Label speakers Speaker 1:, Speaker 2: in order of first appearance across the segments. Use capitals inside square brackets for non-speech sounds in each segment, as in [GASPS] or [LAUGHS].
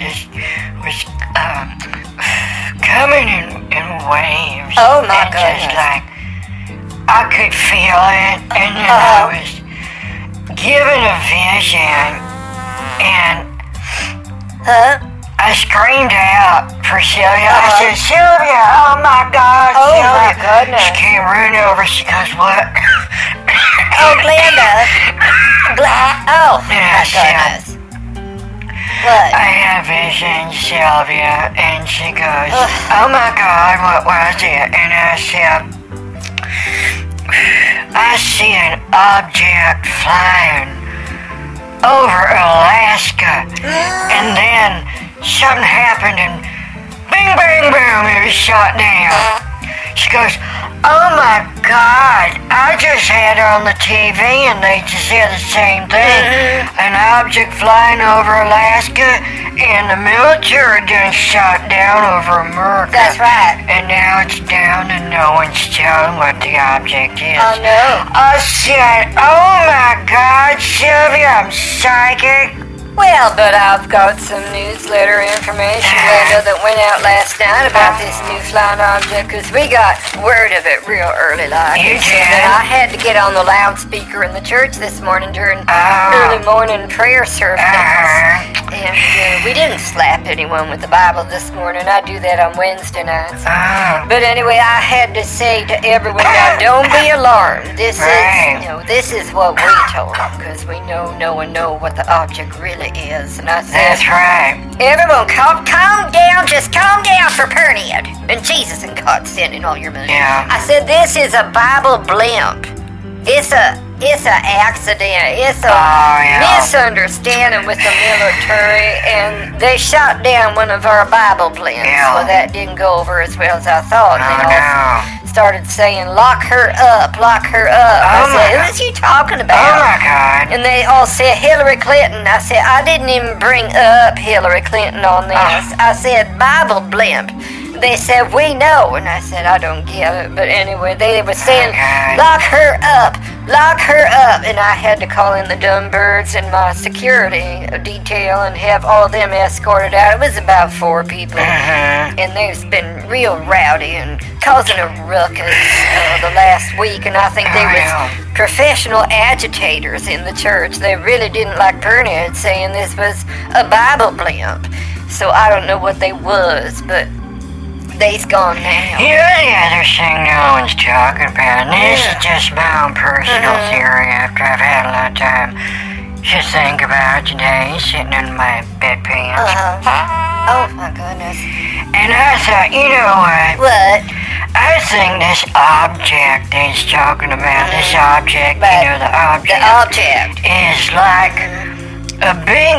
Speaker 1: just was um, coming in, in waves.
Speaker 2: Oh, my
Speaker 1: and Just
Speaker 2: goodness.
Speaker 1: like I could feel it, and then I
Speaker 2: Uh-huh.
Speaker 1: was given a vision, and
Speaker 2: Huh?
Speaker 1: I screamed out for Sylvia. I
Speaker 2: Uh-huh.
Speaker 1: said, Sylvia, oh my God,
Speaker 2: Oh, my
Speaker 1: Sylvia.
Speaker 2: goodness.
Speaker 1: She came running over. She goes, what? [LAUGHS]
Speaker 2: Oh, Glenda. Gla- oh, my
Speaker 1: Yes, yeah.
Speaker 2: goodness. What?
Speaker 1: I had a vision, Sylvia, and she goes,
Speaker 2: Ugh.
Speaker 1: Oh my God, what was it? And I said, I see an object flying over Alaska.
Speaker 2: Uh,
Speaker 1: And then something happened and bing, bang, boom, it was shot down. She goes, Oh my God, I just had on the TV and they just said the same thing.
Speaker 2: Mm-hmm.
Speaker 1: An object flying over Alaska and the military done shot down over America.
Speaker 2: That's right.
Speaker 1: And now it's down and no one's telling what the object is.
Speaker 2: Oh, no.
Speaker 1: I said, Oh my God, Sylvia, I'm psychic.
Speaker 2: Well, but I've got some newsletter information, Glenda, that went out last night about this new flying object, 'cause we got word of it real early, like.
Speaker 1: You
Speaker 2: and so
Speaker 1: did?
Speaker 2: then I had to get on the loudspeaker in the church this morning during
Speaker 1: Ah.
Speaker 2: early morning prayer service. Ah.
Speaker 1: Uh-huh.
Speaker 2: And uh, we didn't slap anyone with the Bible this morning. I do that on Wednesday nights.
Speaker 1: Oh,
Speaker 2: But anyway, I had to say to everyone, now don't be alarmed. This
Speaker 1: Right.
Speaker 2: is, you know, this is what we told them because we know no one know what the object really is. And I said,
Speaker 1: that's right.
Speaker 2: everyone, calm, calm down, just calm down for period. And Jesus and God send in all your money.
Speaker 1: Yeah.
Speaker 2: I said, this is a Bible blimp. It's a, it's a accident. It's a
Speaker 1: Oh, yeah.
Speaker 2: misunderstanding with the military, and they shot down one of our Bible blimps.
Speaker 1: Yeah.
Speaker 2: Well, that didn't go over as well as I thought.
Speaker 1: Oh,
Speaker 2: They also
Speaker 1: no.
Speaker 2: started saying, "Lock her up, lock her up." I
Speaker 1: Oh, my
Speaker 2: said,
Speaker 1: God.
Speaker 2: "Who's you talking
Speaker 1: Oh
Speaker 2: about?"
Speaker 1: my God.
Speaker 2: And they all said Hillary Clinton. I said, I didn't even bring up Hillary Clinton on this. I said Bible blimp. They said, We know. And I said, I don't get it. But anyway, they were saying,
Speaker 1: Okay.
Speaker 2: Lock her up, lock her up. And I had to call in the dumb birds and my security detail and have all of them escorted out. It was about four people
Speaker 1: Mhm.
Speaker 2: and they've been real rowdy and causing a ruckus uh, the last week. And I think they
Speaker 1: Wow.
Speaker 2: was professional agitators in the church. They really didn't like Bernard saying this was a Bible blimp. So I don't know what they was, but they's gone now.
Speaker 1: You know the other thing no one's talking about, and this is just my own personal
Speaker 2: Uh-huh.
Speaker 1: theory after I've had a lot of time to think about it today, sitting in my bed pants.
Speaker 2: Uh-huh. Oh my goodness.
Speaker 1: And I thought, you know what?
Speaker 2: What?
Speaker 1: I think this object that he's talking about, this object, you
Speaker 2: Mm-hmm. But
Speaker 1: know, the
Speaker 2: The
Speaker 1: object,
Speaker 2: object.
Speaker 1: is like a big,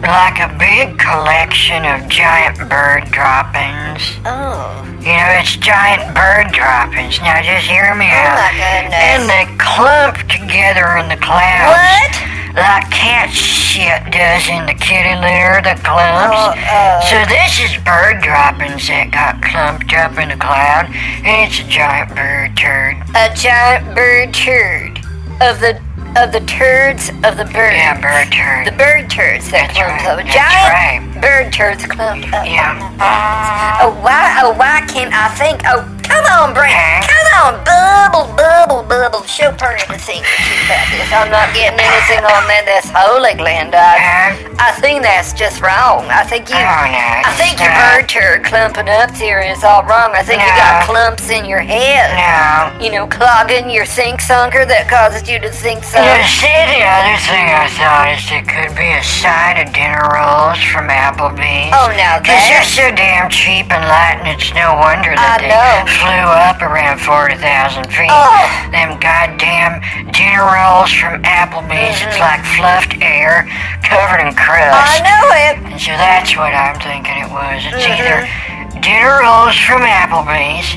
Speaker 1: like a big collection of giant bird droppings.
Speaker 2: Oh.
Speaker 1: You know, it's giant bird droppings. Now just hear me
Speaker 2: Oh
Speaker 1: out.
Speaker 2: my goodness.
Speaker 1: And they clump together in the clouds.
Speaker 2: What?
Speaker 1: Like cat shit does in the kitty litter, the clumps.
Speaker 2: Oh, uh.
Speaker 1: so this is bird droppings that got clumped up in the cloud, and it's a giant bird turd.
Speaker 2: A giant bird turd. Of the of the turds of the birds.
Speaker 1: Yeah, bird turd.
Speaker 2: The bird turds that
Speaker 1: That's
Speaker 2: clump
Speaker 1: right,
Speaker 2: up.
Speaker 1: that's
Speaker 2: Giant bird turds clump up.
Speaker 1: yeah.
Speaker 2: Oh why oh why can't I think oh come on Brent
Speaker 1: Huh?
Speaker 2: come on bubble bubble bubble show her anything about this. I'm not getting anything on that that's holy Glenda. I,
Speaker 1: Uh,
Speaker 2: I think that's just wrong. I think you
Speaker 1: oh no.
Speaker 2: I think your
Speaker 1: no,
Speaker 2: bird turd clumping up there is all wrong. I think you got
Speaker 1: No.
Speaker 2: clumps in your head
Speaker 1: No.
Speaker 2: you know, clogging your sink sunker that causes you to sink
Speaker 1: You know,
Speaker 2: sunk.
Speaker 1: see, the other thing I thought is it could be a side of dinner rolls from Applebee's.
Speaker 2: Oh, now
Speaker 1: Because they're so
Speaker 2: that.
Speaker 1: damn cheap and light, and it's no wonder that
Speaker 2: I
Speaker 1: they
Speaker 2: know.
Speaker 1: flew up around 40,000 feet.
Speaker 2: Oh.
Speaker 1: Them goddamn dinner rolls from Applebee's, it's like fluffed air covered in
Speaker 2: Mm-hmm. I
Speaker 1: crust.
Speaker 2: know it.
Speaker 1: And so that's what I'm thinking it was. It's
Speaker 2: Mhm.
Speaker 1: either dinner rolls from Applebee's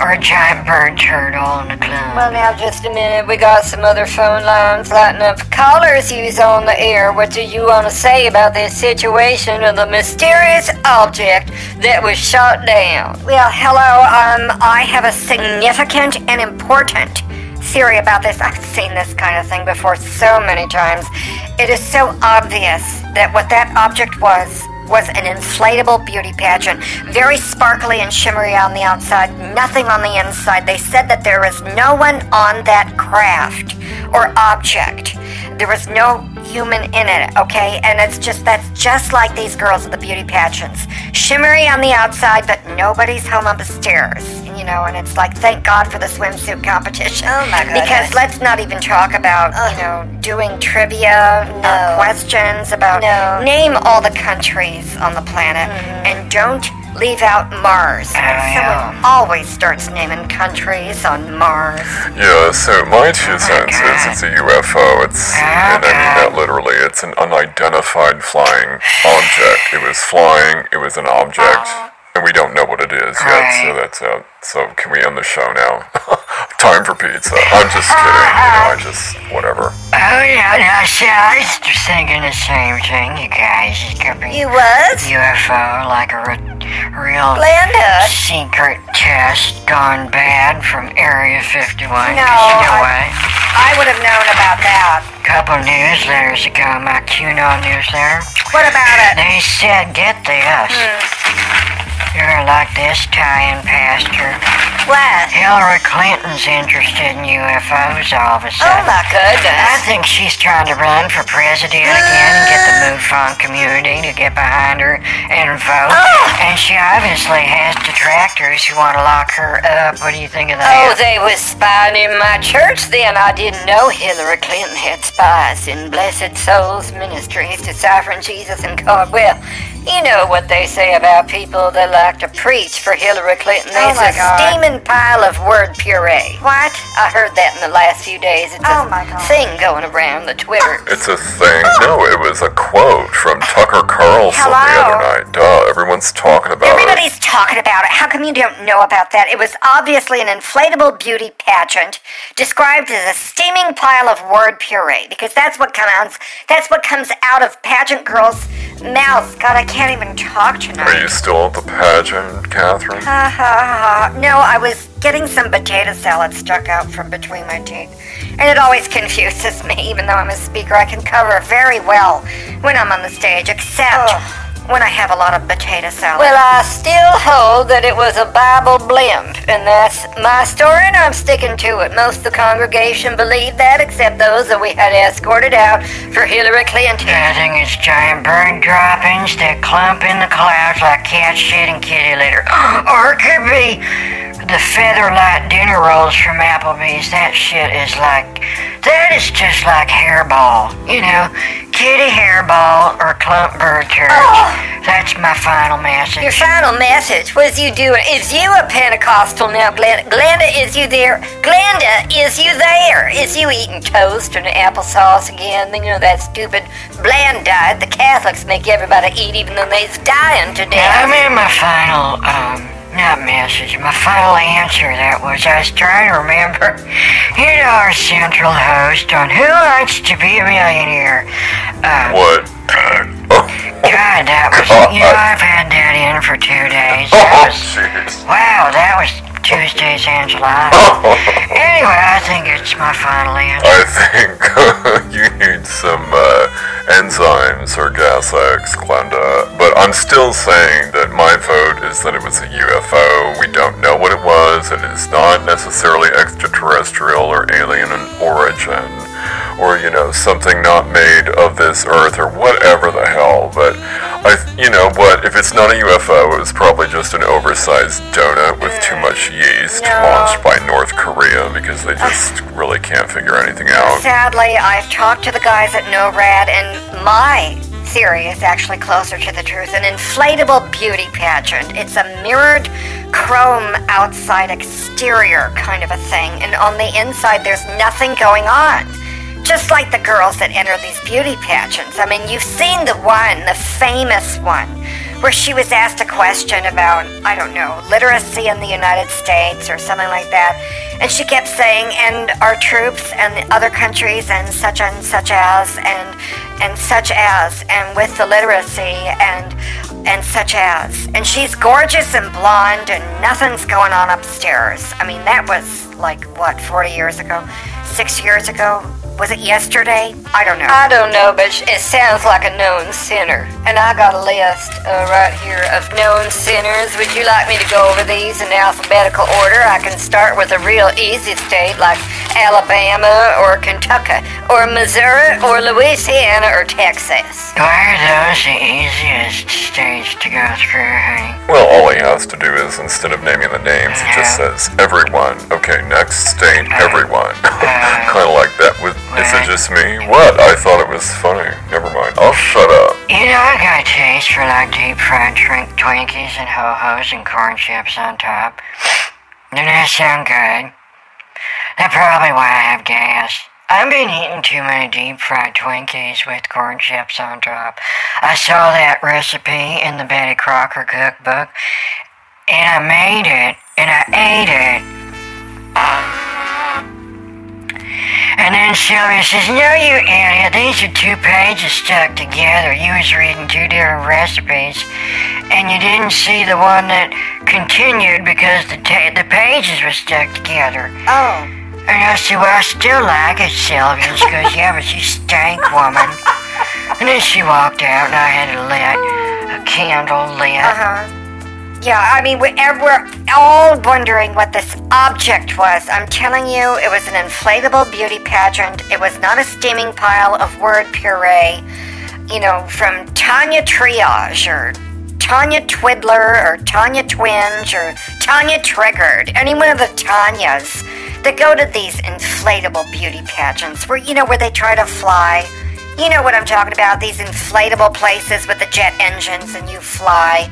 Speaker 1: or a giant bird turtle in the club.
Speaker 2: Well, now just a minute. We got some other phone lines lighting up. Callers, you's on the air. What do you want to say about this situation of the mysterious object that was shot down? Well, hello. Um, I have a significant and important Siri about this. I've seen this kind of thing before so many times. It is so obvious that what that object was was an inflatable beauty pageant, very sparkly and shimmery on the outside, nothing on the inside. They said that there was no one on that craft or object. There was no human in it, okay? And it's just that's just like these girls at the beauty pageants. Shimmery on the outside, but nobody's home up the stairs. You know, and it's like thank God for the swimsuit competition.
Speaker 3: Oh, my goodness.
Speaker 2: Because let's not even talk about, you know, doing trivia
Speaker 3: No.
Speaker 2: or questions about
Speaker 3: No. Mm-hmm.
Speaker 2: name all the countries on the planet and don't leave out Mars. And
Speaker 1: Oh,
Speaker 2: someone always starts naming countries on Mars.
Speaker 4: Yeah, so my two cents is it's a UFO. It's, and I mean that literally, it's an unidentified flying object. It was flying, it was an object, and we don't know what it is yet, so
Speaker 1: Right.
Speaker 4: that's out. So can we end the show now? [LAUGHS] Time for pizza. I'm just kidding, you know, I just, whatever.
Speaker 1: Oh yeah, no, see, I was just thinking the same thing, you guys. It could be
Speaker 3: You was?
Speaker 1: UFO, like a re- real
Speaker 3: Glenda.
Speaker 1: secret test gone bad from Area 51. 'cause
Speaker 2: No,
Speaker 1: you know
Speaker 2: I-
Speaker 1: what?
Speaker 2: I would have known about that.
Speaker 1: A couple newsletters ago, my QNO newsletter,
Speaker 2: What about it?
Speaker 1: they said, get this.
Speaker 2: Mm.
Speaker 1: You're gonna like this tie-in pasture.
Speaker 2: What?
Speaker 1: Hillary Clinton's interested in UFOs all of a
Speaker 3: Oh,
Speaker 1: sudden.
Speaker 3: my
Speaker 1: I
Speaker 3: goodness.
Speaker 1: think she's trying to run for president again and get the
Speaker 3: Uh.
Speaker 1: MUFON community to get behind her and vote.
Speaker 3: Oh.
Speaker 1: And she obviously has detractors who want to lock her up. What do you think of
Speaker 2: Oh,
Speaker 1: that?
Speaker 2: they was spying in my church then. I didn't know Hillary Clinton had spies in Blessed Souls Ministries, Deciphering Jesus and God. Well, you know what they say about people that like to preach for Hillary Clinton.
Speaker 3: Oh,
Speaker 2: There's
Speaker 3: my
Speaker 2: a
Speaker 3: God.
Speaker 2: steaming pile of word puree. What? I heard that in the last few days. It's
Speaker 3: Oh,
Speaker 2: a
Speaker 3: my God.
Speaker 2: thing going around the Twitter.
Speaker 4: It's a thing. No, it was a quote from Tucker Carlson the
Speaker 2: Hello?
Speaker 4: other night. Duh, everyone's talking about it.
Speaker 2: Everybody's talking about it. How come you don't know about that? It was obviously an inflatable beauty pageant described as a steaming pile of word puree because that's what comes that's what comes out of pageant girls' mouths. God, I can't even talk
Speaker 4: Are
Speaker 2: tonight.
Speaker 4: you still at the pageant, Catherine?
Speaker 2: [LAUGHS] Ha, ha, ha. no, I was getting some potato salad stuck out from between my teeth. And it always [LAUGHS] confuses me, even though I'm a speaker. I can cover very well when I'm on the stage, except when I have a lot of potato salad.
Speaker 3: Well, I still hold that it was a Bible blimp, and that's my story, and I'm sticking to it. Most of the congregation believed that, except those that we had escorted out for Hillary Clinton.
Speaker 1: I think it's giant bird droppings that clump in the clouds like cat shit and kitty litter. [GASPS] Or it could be the feather light dinner rolls from Applebee's. That shit is like, that is just like hairball. You know, kitty hairball or clump bird turds. That's my final message.
Speaker 3: Your final message was you doing. Is you a Pentecostal now, Glenda? Glenda, is you there? Glenda, is you there? Is you eating toast and applesauce again? You know that stupid bland diet the Catholics make everybody eat, even though they's dying to
Speaker 1: Yeah,
Speaker 3: death.
Speaker 1: I'm in my final, um, not message, my final answer that was I was trying to remember, you know, our central host on Who Wants to Be a Millionaire. Uh,
Speaker 4: What? [LAUGHS] Oh,
Speaker 1: God, that was, you know, I've had that in for two days. That was,
Speaker 4: Oh, jeez. [LAUGHS]
Speaker 1: wow, that was Tuesday's enchilada.
Speaker 4: I
Speaker 1: Anyway, I think it's my final answer.
Speaker 4: think uh, [LAUGHS] you need some uh, enzymes or gas X, Glenda. But I'm still saying that my vote is that it was a UFO. We don't know what it was. It is not necessarily extraterrestrial or alien in origin. Or, you know, something not made of this earth or whatever the hell. But, I, you know what? If it's not a UFO, it was probably just an oversized donut with too much yeast launched by North Korea because they just really can't figure anything out.
Speaker 2: Sadly, I've talked to the guys at NORAD, and my theory is actually closer to the truth. An inflatable beauty pageant. It's a mirrored chrome outside exterior kind of a thing, and on the inside, there's nothing going on just like the girls that enter these beauty pageants. I mean, you've seen the one, the famous one, where she was asked a question about, I don't know, literacy in the United States or something like that. And she kept saying, and our troops and the other countries and such and such as and and such as and with the literacy and and such as. And she's gorgeous and blonde and nothing's going on upstairs. I mean, that was like what, 40 years ago? Six years ago? Was it yesterday? I don't know.
Speaker 3: I don't know, but sh- it sounds like a known sinner. And I got a list uh, right here of known sinners. Would you like me to go over these in alphabetical order? I can start with a real easy state like Alabama or Kentucky or Missouri or Louisiana or Texas.
Speaker 1: Why are those the easiest states to go through, honey?
Speaker 4: Well, all he has to do is instead of naming the names, it just says everyone. Okay, next state, everyone. [LAUGHS] kind of like that. Was, is it just me? What? I thought it was funny. Never mind. I'll shut up.
Speaker 1: You know, I got a taste for like deep fried twink- Twinkies and ho hos and corn chips on top. Doesn't that sound good? That's probably why I have gas. I've been eating too many deep fried Twinkies with corn chips on top. I saw that recipe in the Betty Crocker cookbook, and I made it, and I ate it. And then Sylvia says, No, you idiot, these are two pages stuck together. You was reading two different recipes, and you didn't see the one that continued because the, ta- the pages were stuck together.
Speaker 2: Oh.
Speaker 1: And I said, Well, I still like it, Sylvia. She goes, Yeah, but you stank, woman. And then she walked out, and I had a lit, a candle lit.
Speaker 2: Uh-huh. Yeah, I mean, we're, we're all wondering what this object was. I'm telling you, it was an inflatable beauty pageant. It was not a steaming pile of word puree, you know, from Tanya Triage or Tanya Twiddler or Tanya Twinge or Tanya Triggered, any one of the Tanyas that go to these inflatable beauty pageants where, you know, where they try to fly. You know what I'm talking about, these inflatable places with the jet engines and you fly.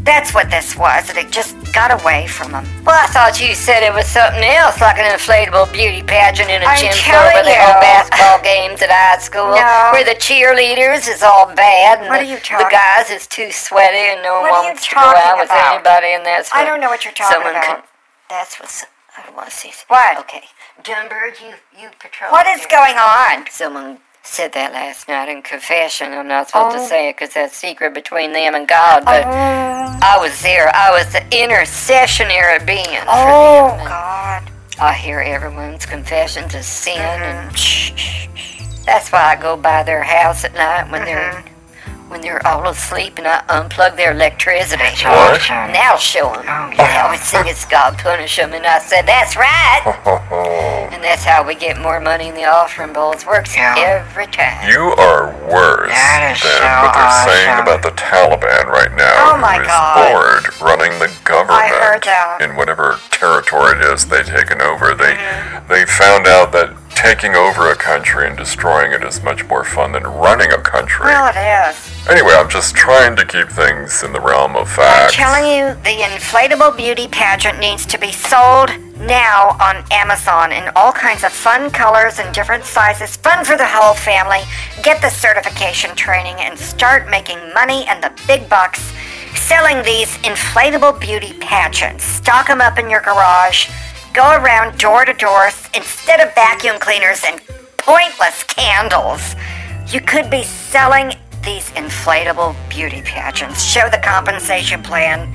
Speaker 2: That's what this was, and it just got away from them.
Speaker 3: Well, I thought you said it was something else, like an inflatable beauty pageant in a
Speaker 2: I'm
Speaker 3: gym floor
Speaker 2: telling
Speaker 3: where they hold
Speaker 2: you.
Speaker 3: basketball games at high school,
Speaker 2: No.
Speaker 3: where the cheerleaders is all bad, and
Speaker 2: What are
Speaker 3: the,
Speaker 2: you
Speaker 3: the
Speaker 2: talking-
Speaker 3: guys is too sweaty, and no
Speaker 2: What are
Speaker 3: one
Speaker 2: you
Speaker 3: wants to go out
Speaker 2: talking
Speaker 3: with
Speaker 2: about?
Speaker 3: anybody in that.
Speaker 2: I don't know what you're talking
Speaker 3: Someone
Speaker 2: about.
Speaker 3: Can, that's what's. I don't want to see.
Speaker 2: What?
Speaker 3: Okay, Dunbar, you you patrol.
Speaker 2: What is
Speaker 3: here.
Speaker 2: going on?
Speaker 3: Someone said that last night in confession. I'm not supposed
Speaker 2: Oh.
Speaker 3: to say it because that's secret between them and God. But I was there. I was the intercessionary being.
Speaker 2: Oh, God.
Speaker 3: I hear everyone's confessions of sin,
Speaker 1: Mm-hmm.
Speaker 3: and that's why I go by their house at night when they're
Speaker 1: Mm-hmm.
Speaker 3: when they're all asleep, and I unplug their electricity.
Speaker 4: What?
Speaker 1: Awesome.
Speaker 3: Now show them.
Speaker 1: Oh,
Speaker 3: They always think it's God punish them, and I said, "That's right."
Speaker 4: [LAUGHS]
Speaker 3: And that's how we get more money in the offering bowls. Works
Speaker 1: Yeah.
Speaker 3: every time.
Speaker 4: You are worse
Speaker 1: That is
Speaker 4: than
Speaker 1: so
Speaker 4: what they're saying
Speaker 1: awesome.
Speaker 4: about the Taliban right now,
Speaker 2: Oh my
Speaker 4: who is
Speaker 2: God.
Speaker 4: bored running the government
Speaker 2: heard that.
Speaker 4: in whatever territory it is they've taken over. They
Speaker 2: Mm-hmm.
Speaker 4: they found out that taking over a country and destroying it is much more fun than running a country.
Speaker 2: Well, it is.
Speaker 4: Anyway, I'm just trying to keep things in the realm of
Speaker 2: I'm
Speaker 4: facts.
Speaker 2: telling you, the inflatable beauty pageant needs to be sold now on Amazon in all kinds of fun colors and different sizes. Fun for the whole family. Get the certification training and start making money and the big bucks selling these inflatable beauty pageants. Stock them up in your garage. Go around door to door instead of vacuum cleaners and pointless candles. You could be selling these inflatable beauty pageants. Show the compensation plan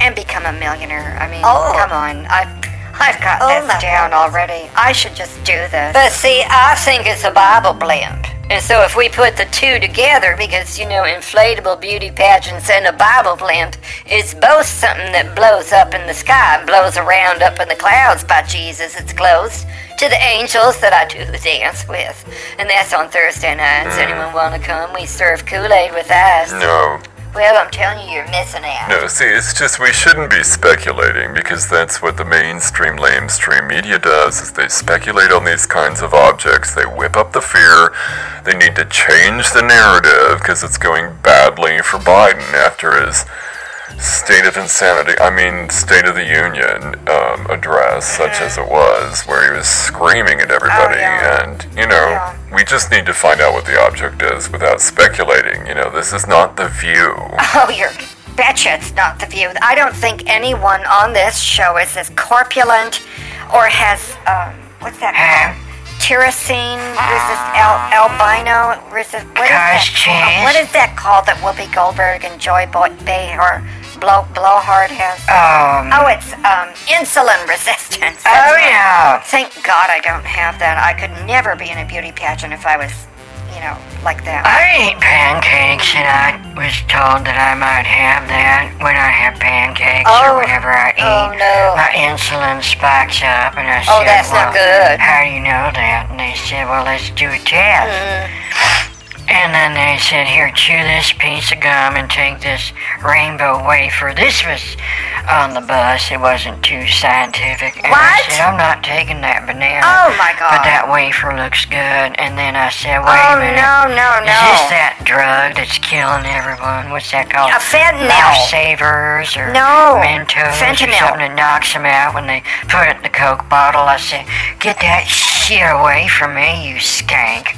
Speaker 2: and become a millionaire. I mean,
Speaker 3: Oh.
Speaker 2: come on. I've, I've got
Speaker 3: Oh, my
Speaker 2: this down already. I should just do this.
Speaker 3: But see, I think it's a Bible blimp. And so if we put the two together, because, you know, inflatable beauty pageants and a Bible blimp is both something that blows up in the sky and blows around up in the clouds by Jesus, it's closed to the angels that I do the dance with. And that's on Thursday nights. Anyone want to come? We serve Kool-Aid with ice.
Speaker 4: No,
Speaker 3: Well, I'm telling you, you're missing out.
Speaker 4: No, see, it's just we shouldn't be speculating because that's what the mainstream, lamestream media does is they speculate on these kinds of objects. They whip up the fear. They need to change the narrative because it's going badly for Biden after his state of insanity, I mean, State of the Union um, address, such as it was, where he was screaming at everybody.
Speaker 2: Oh, yeah.
Speaker 4: And, you know, we just need to find out what the object is without speculating. You know, this is not the view.
Speaker 2: Oh, you're betcha it's not the view. I don't think anyone on this show is as corpulent or has um, what's that
Speaker 1: Hmm.
Speaker 2: called? Tyrosine resist al- albino resist. What is that?
Speaker 1: Gosh,
Speaker 2: called?
Speaker 1: Jess.
Speaker 2: What is that called that Whoopi Goldberg and Joy Boy Behar blow blowhard has?
Speaker 1: Um,
Speaker 2: Oh, it's um, insulin resistance.
Speaker 1: oh
Speaker 2: That's right.
Speaker 1: yeah.
Speaker 2: Thank God I don't have that. I could never be in a beauty pageant if I was, you know, like that.
Speaker 1: I eat pancakes and I was told that I might have that when I have pancakes
Speaker 2: Oh.
Speaker 1: or whenever I eat.
Speaker 2: Oh no.
Speaker 1: My insulin spikes up and I said,
Speaker 2: Oh, that's
Speaker 1: well,
Speaker 2: not good.
Speaker 1: How do you know that? And they said, Well, let's do a test.
Speaker 2: Mm.
Speaker 1: And then they said, Here, chew this piece of gum and take this rainbow wafer. This was on the bus. It wasn't too scientific. And I
Speaker 2: What?
Speaker 1: said, I'm not taking that banana.
Speaker 2: Oh my
Speaker 1: But
Speaker 2: God.
Speaker 1: that wafer looks good. And then I said, Wait
Speaker 2: oh
Speaker 1: a minute.
Speaker 2: no, no,
Speaker 1: Is this
Speaker 2: no.
Speaker 1: that drug that's killing everyone? What's that called?
Speaker 2: A fentanyl.
Speaker 1: Life savers or
Speaker 2: No.
Speaker 1: Mentos
Speaker 2: Fentanyl.
Speaker 1: or something that knocks them out when they put it in the Coke bottle. I said, get that shit away from me, you skank.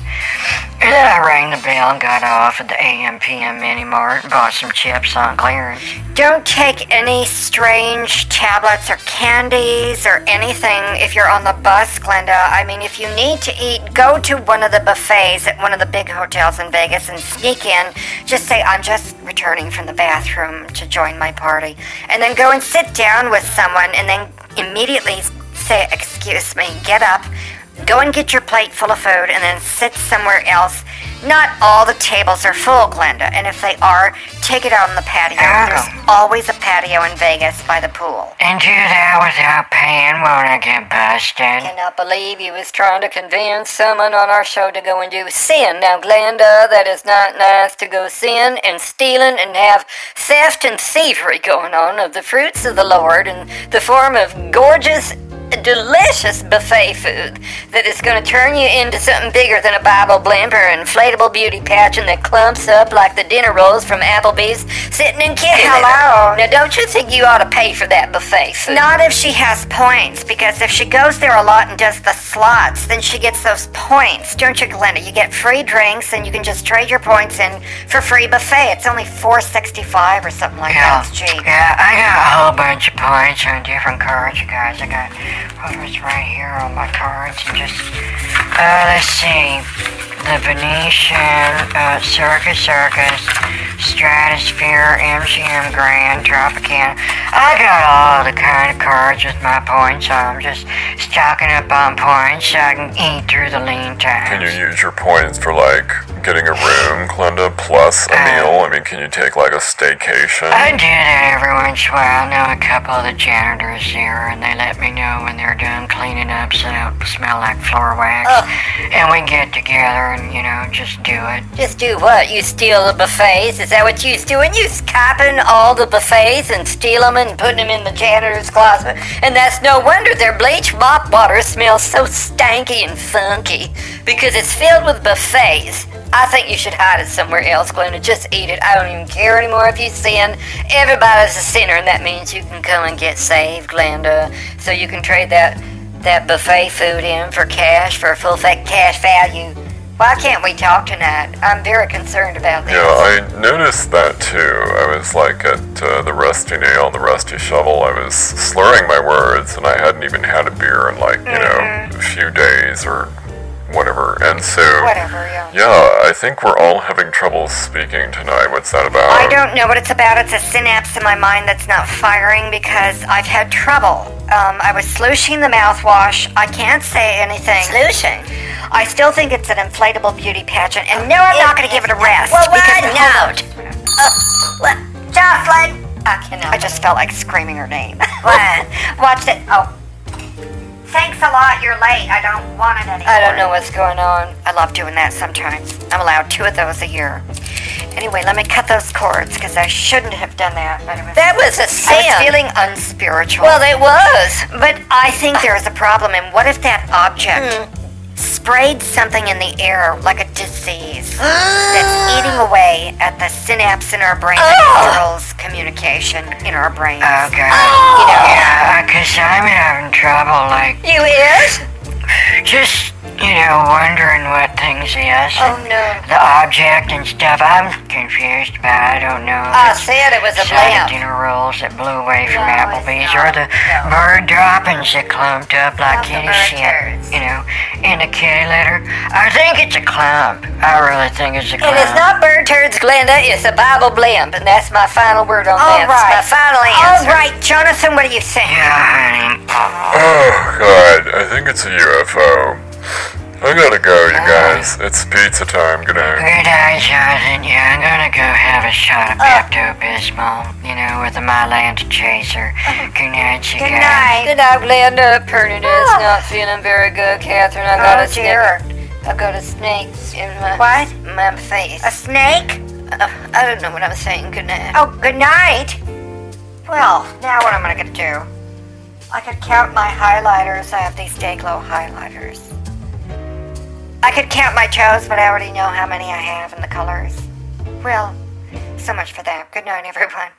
Speaker 1: And then I rang the bell and got off at the AM PM mini mart and bought some chips on clearance.
Speaker 2: Don't take any strange tablets or candies or anything if you're on the bus, Glenda. I mean, if you need to eat, go to one of the buffets at one of the big hotels in Vegas and sneak in. Just say, I'm just returning from the bathroom to join my party. And then go and sit down with someone and then immediately say, Excuse me, get up. Go and get your plate full of food and then sit somewhere else. Not all the tables are full, Glenda, and if they are, take it out on the patio.
Speaker 1: Ah.
Speaker 2: There's always a patio in Vegas by the pool.
Speaker 1: And do that without paying, won't I get busted?
Speaker 2: Cannot believe you was trying to convince someone on our show to go and do sin. Now, Glenda, that is not nice to go sin and stealing and have theft and thievery going on of the fruits of the Lord in the form of gorgeous, delicious buffet food that is going to turn you into something bigger than a Bible blimp or inflatable beauty pageant that clumps up like the dinner rolls from Applebee's sitting in kitty litter.
Speaker 3: Hello.
Speaker 2: Now, don't you think you ought to pay for that buffet food?
Speaker 3: Not if she has points, because if she goes there a lot and does the slots, then she gets those points, don't you, Glenda? You get free drinks, and you can just trade your points in for free buffet. It's only four sixty-five or something like
Speaker 1: Yeah.
Speaker 3: that. It's cheap.
Speaker 1: Yeah, I got a whole bunch of points on different cards, you guys. I got others right here on my cards. And just, uh, let's see. The Venetian, uh, Circus Circus, Stratosphere, MGM Grand, Tropicana. I got all the kind of cards with my points on. I'm just stocking up on points so I can eat through the lean
Speaker 4: Can you
Speaker 1: times.
Speaker 4: use your points for like getting a room, Glenda, plus a meal? I mean, can you take like a staycation?
Speaker 1: I do that every once in a while. I know a couple of the janitors there, and they let me know when they're done cleaning up so they don't smell like floor wax. And we get together and, you know, just do it.
Speaker 2: Just do what? You steal the buffets? Is that what you's doing? You's copping all the buffets and steal 'em and putting 'em in the janitor's closet. And that's no wonder their bleach mop water smells so stanky and funky because it's filled with buffets. I think you should hide it somewhere else, Glenda. Just eat it. I don't even care anymore if you sin. Everybody's a sinner, and that means you can come and get saved, Glenda. So you can trade that that buffet food in for cash for a full fat cash value. Why can't we talk tonight? I'm very concerned about this.
Speaker 4: Yeah, I noticed that too. I was like at uh, the rusty nail and the rusty shovel. I was slurring my words, and I hadn't even had a beer in like you know a few days or whatever. And so,
Speaker 2: Whatever, yeah.
Speaker 4: yeah, I think we're all having trouble speaking tonight. What's that about?
Speaker 3: I don't know what it's about. It's a synapse in my mind that's not firing because I've had trouble. Um, I was slushing the mouthwash. I can't say anything.
Speaker 2: Solution.
Speaker 3: I still think it's an inflatable beauty pageant, and no, I'm not going to give it a rest.
Speaker 2: Well, why
Speaker 3: because
Speaker 2: not? What? Jocelyn! I
Speaker 3: I
Speaker 2: cannot.
Speaker 3: just felt like screaming her name. [LAUGHS] Watch it. Oh. Thanks a lot. You're late. I don't want it anymore.
Speaker 2: I don't know what's going on.
Speaker 3: I love doing that sometimes. I'm allowed two of those a year. Anyway, let me cut those cords because I shouldn't have done that. But it was,
Speaker 2: That was a
Speaker 3: I
Speaker 2: sin.
Speaker 3: was feeling unspiritual.
Speaker 2: well, it [GASPS] was.
Speaker 3: But I think there is a problem, and what if that
Speaker 2: Hmm.
Speaker 3: object sprayed something in the air like a disease that's
Speaker 2: [GASPS]
Speaker 3: eating away at the synapse in our brain that
Speaker 2: Oh!
Speaker 3: controls communication in our brains?
Speaker 1: Oh, God.
Speaker 3: You
Speaker 2: [GASPS]
Speaker 3: know,
Speaker 1: Yeah, because I'm having trouble, like,
Speaker 2: You is?
Speaker 1: just, you know, wondering what the things, yes.
Speaker 3: Oh no.
Speaker 1: The object and stuff, I'm confused about. I don't know.
Speaker 3: I said it was a
Speaker 1: Sonic
Speaker 3: blimp.
Speaker 1: dinner rolls that blew away from
Speaker 3: No, it's
Speaker 1: Applebee's,
Speaker 3: not.
Speaker 1: or the
Speaker 3: No.
Speaker 1: bird droppings that clumped up like
Speaker 3: Not the
Speaker 1: kitty
Speaker 3: bird
Speaker 1: shit,
Speaker 3: turds.
Speaker 1: you know, in a kitty litter. I think it's a clump. I really think it's a
Speaker 3: And
Speaker 1: clump.
Speaker 3: it's not bird turds, Glenda. It's a Bible blimp, and that's my final word on
Speaker 2: All
Speaker 3: that.
Speaker 2: right.
Speaker 3: It's my final
Speaker 2: All
Speaker 3: answer.
Speaker 2: right, Jonathan, what do you think?
Speaker 1: Yeah, honey.
Speaker 4: Oh god, I think it's a UFO. I gotta go, you guys. It's pizza time. Good night.
Speaker 1: Good eye, Jonathan. Yeah, I'm gonna go have a shot
Speaker 3: Oh.
Speaker 1: of Pepto Bismol, you know, with a Mylands chaser. Good night, you
Speaker 2: Good
Speaker 1: guys.
Speaker 2: night.
Speaker 3: Good night, Glenda. Perna is
Speaker 2: Ah.
Speaker 3: not feeling very good, Catherine. I got
Speaker 2: Oh,
Speaker 3: a snake.
Speaker 2: dear.
Speaker 3: I got a snake in my
Speaker 2: What?
Speaker 3: my face.
Speaker 2: A snake?
Speaker 3: Uh, I don't know what I'm saying. Good night.
Speaker 2: Oh, good night. Well, now what am I gonna do? I could count my highlighters. I have these day glow highlighters. I could count my toes, but I already know how many I have and the colors. Well, so much for that. Good night, everyone.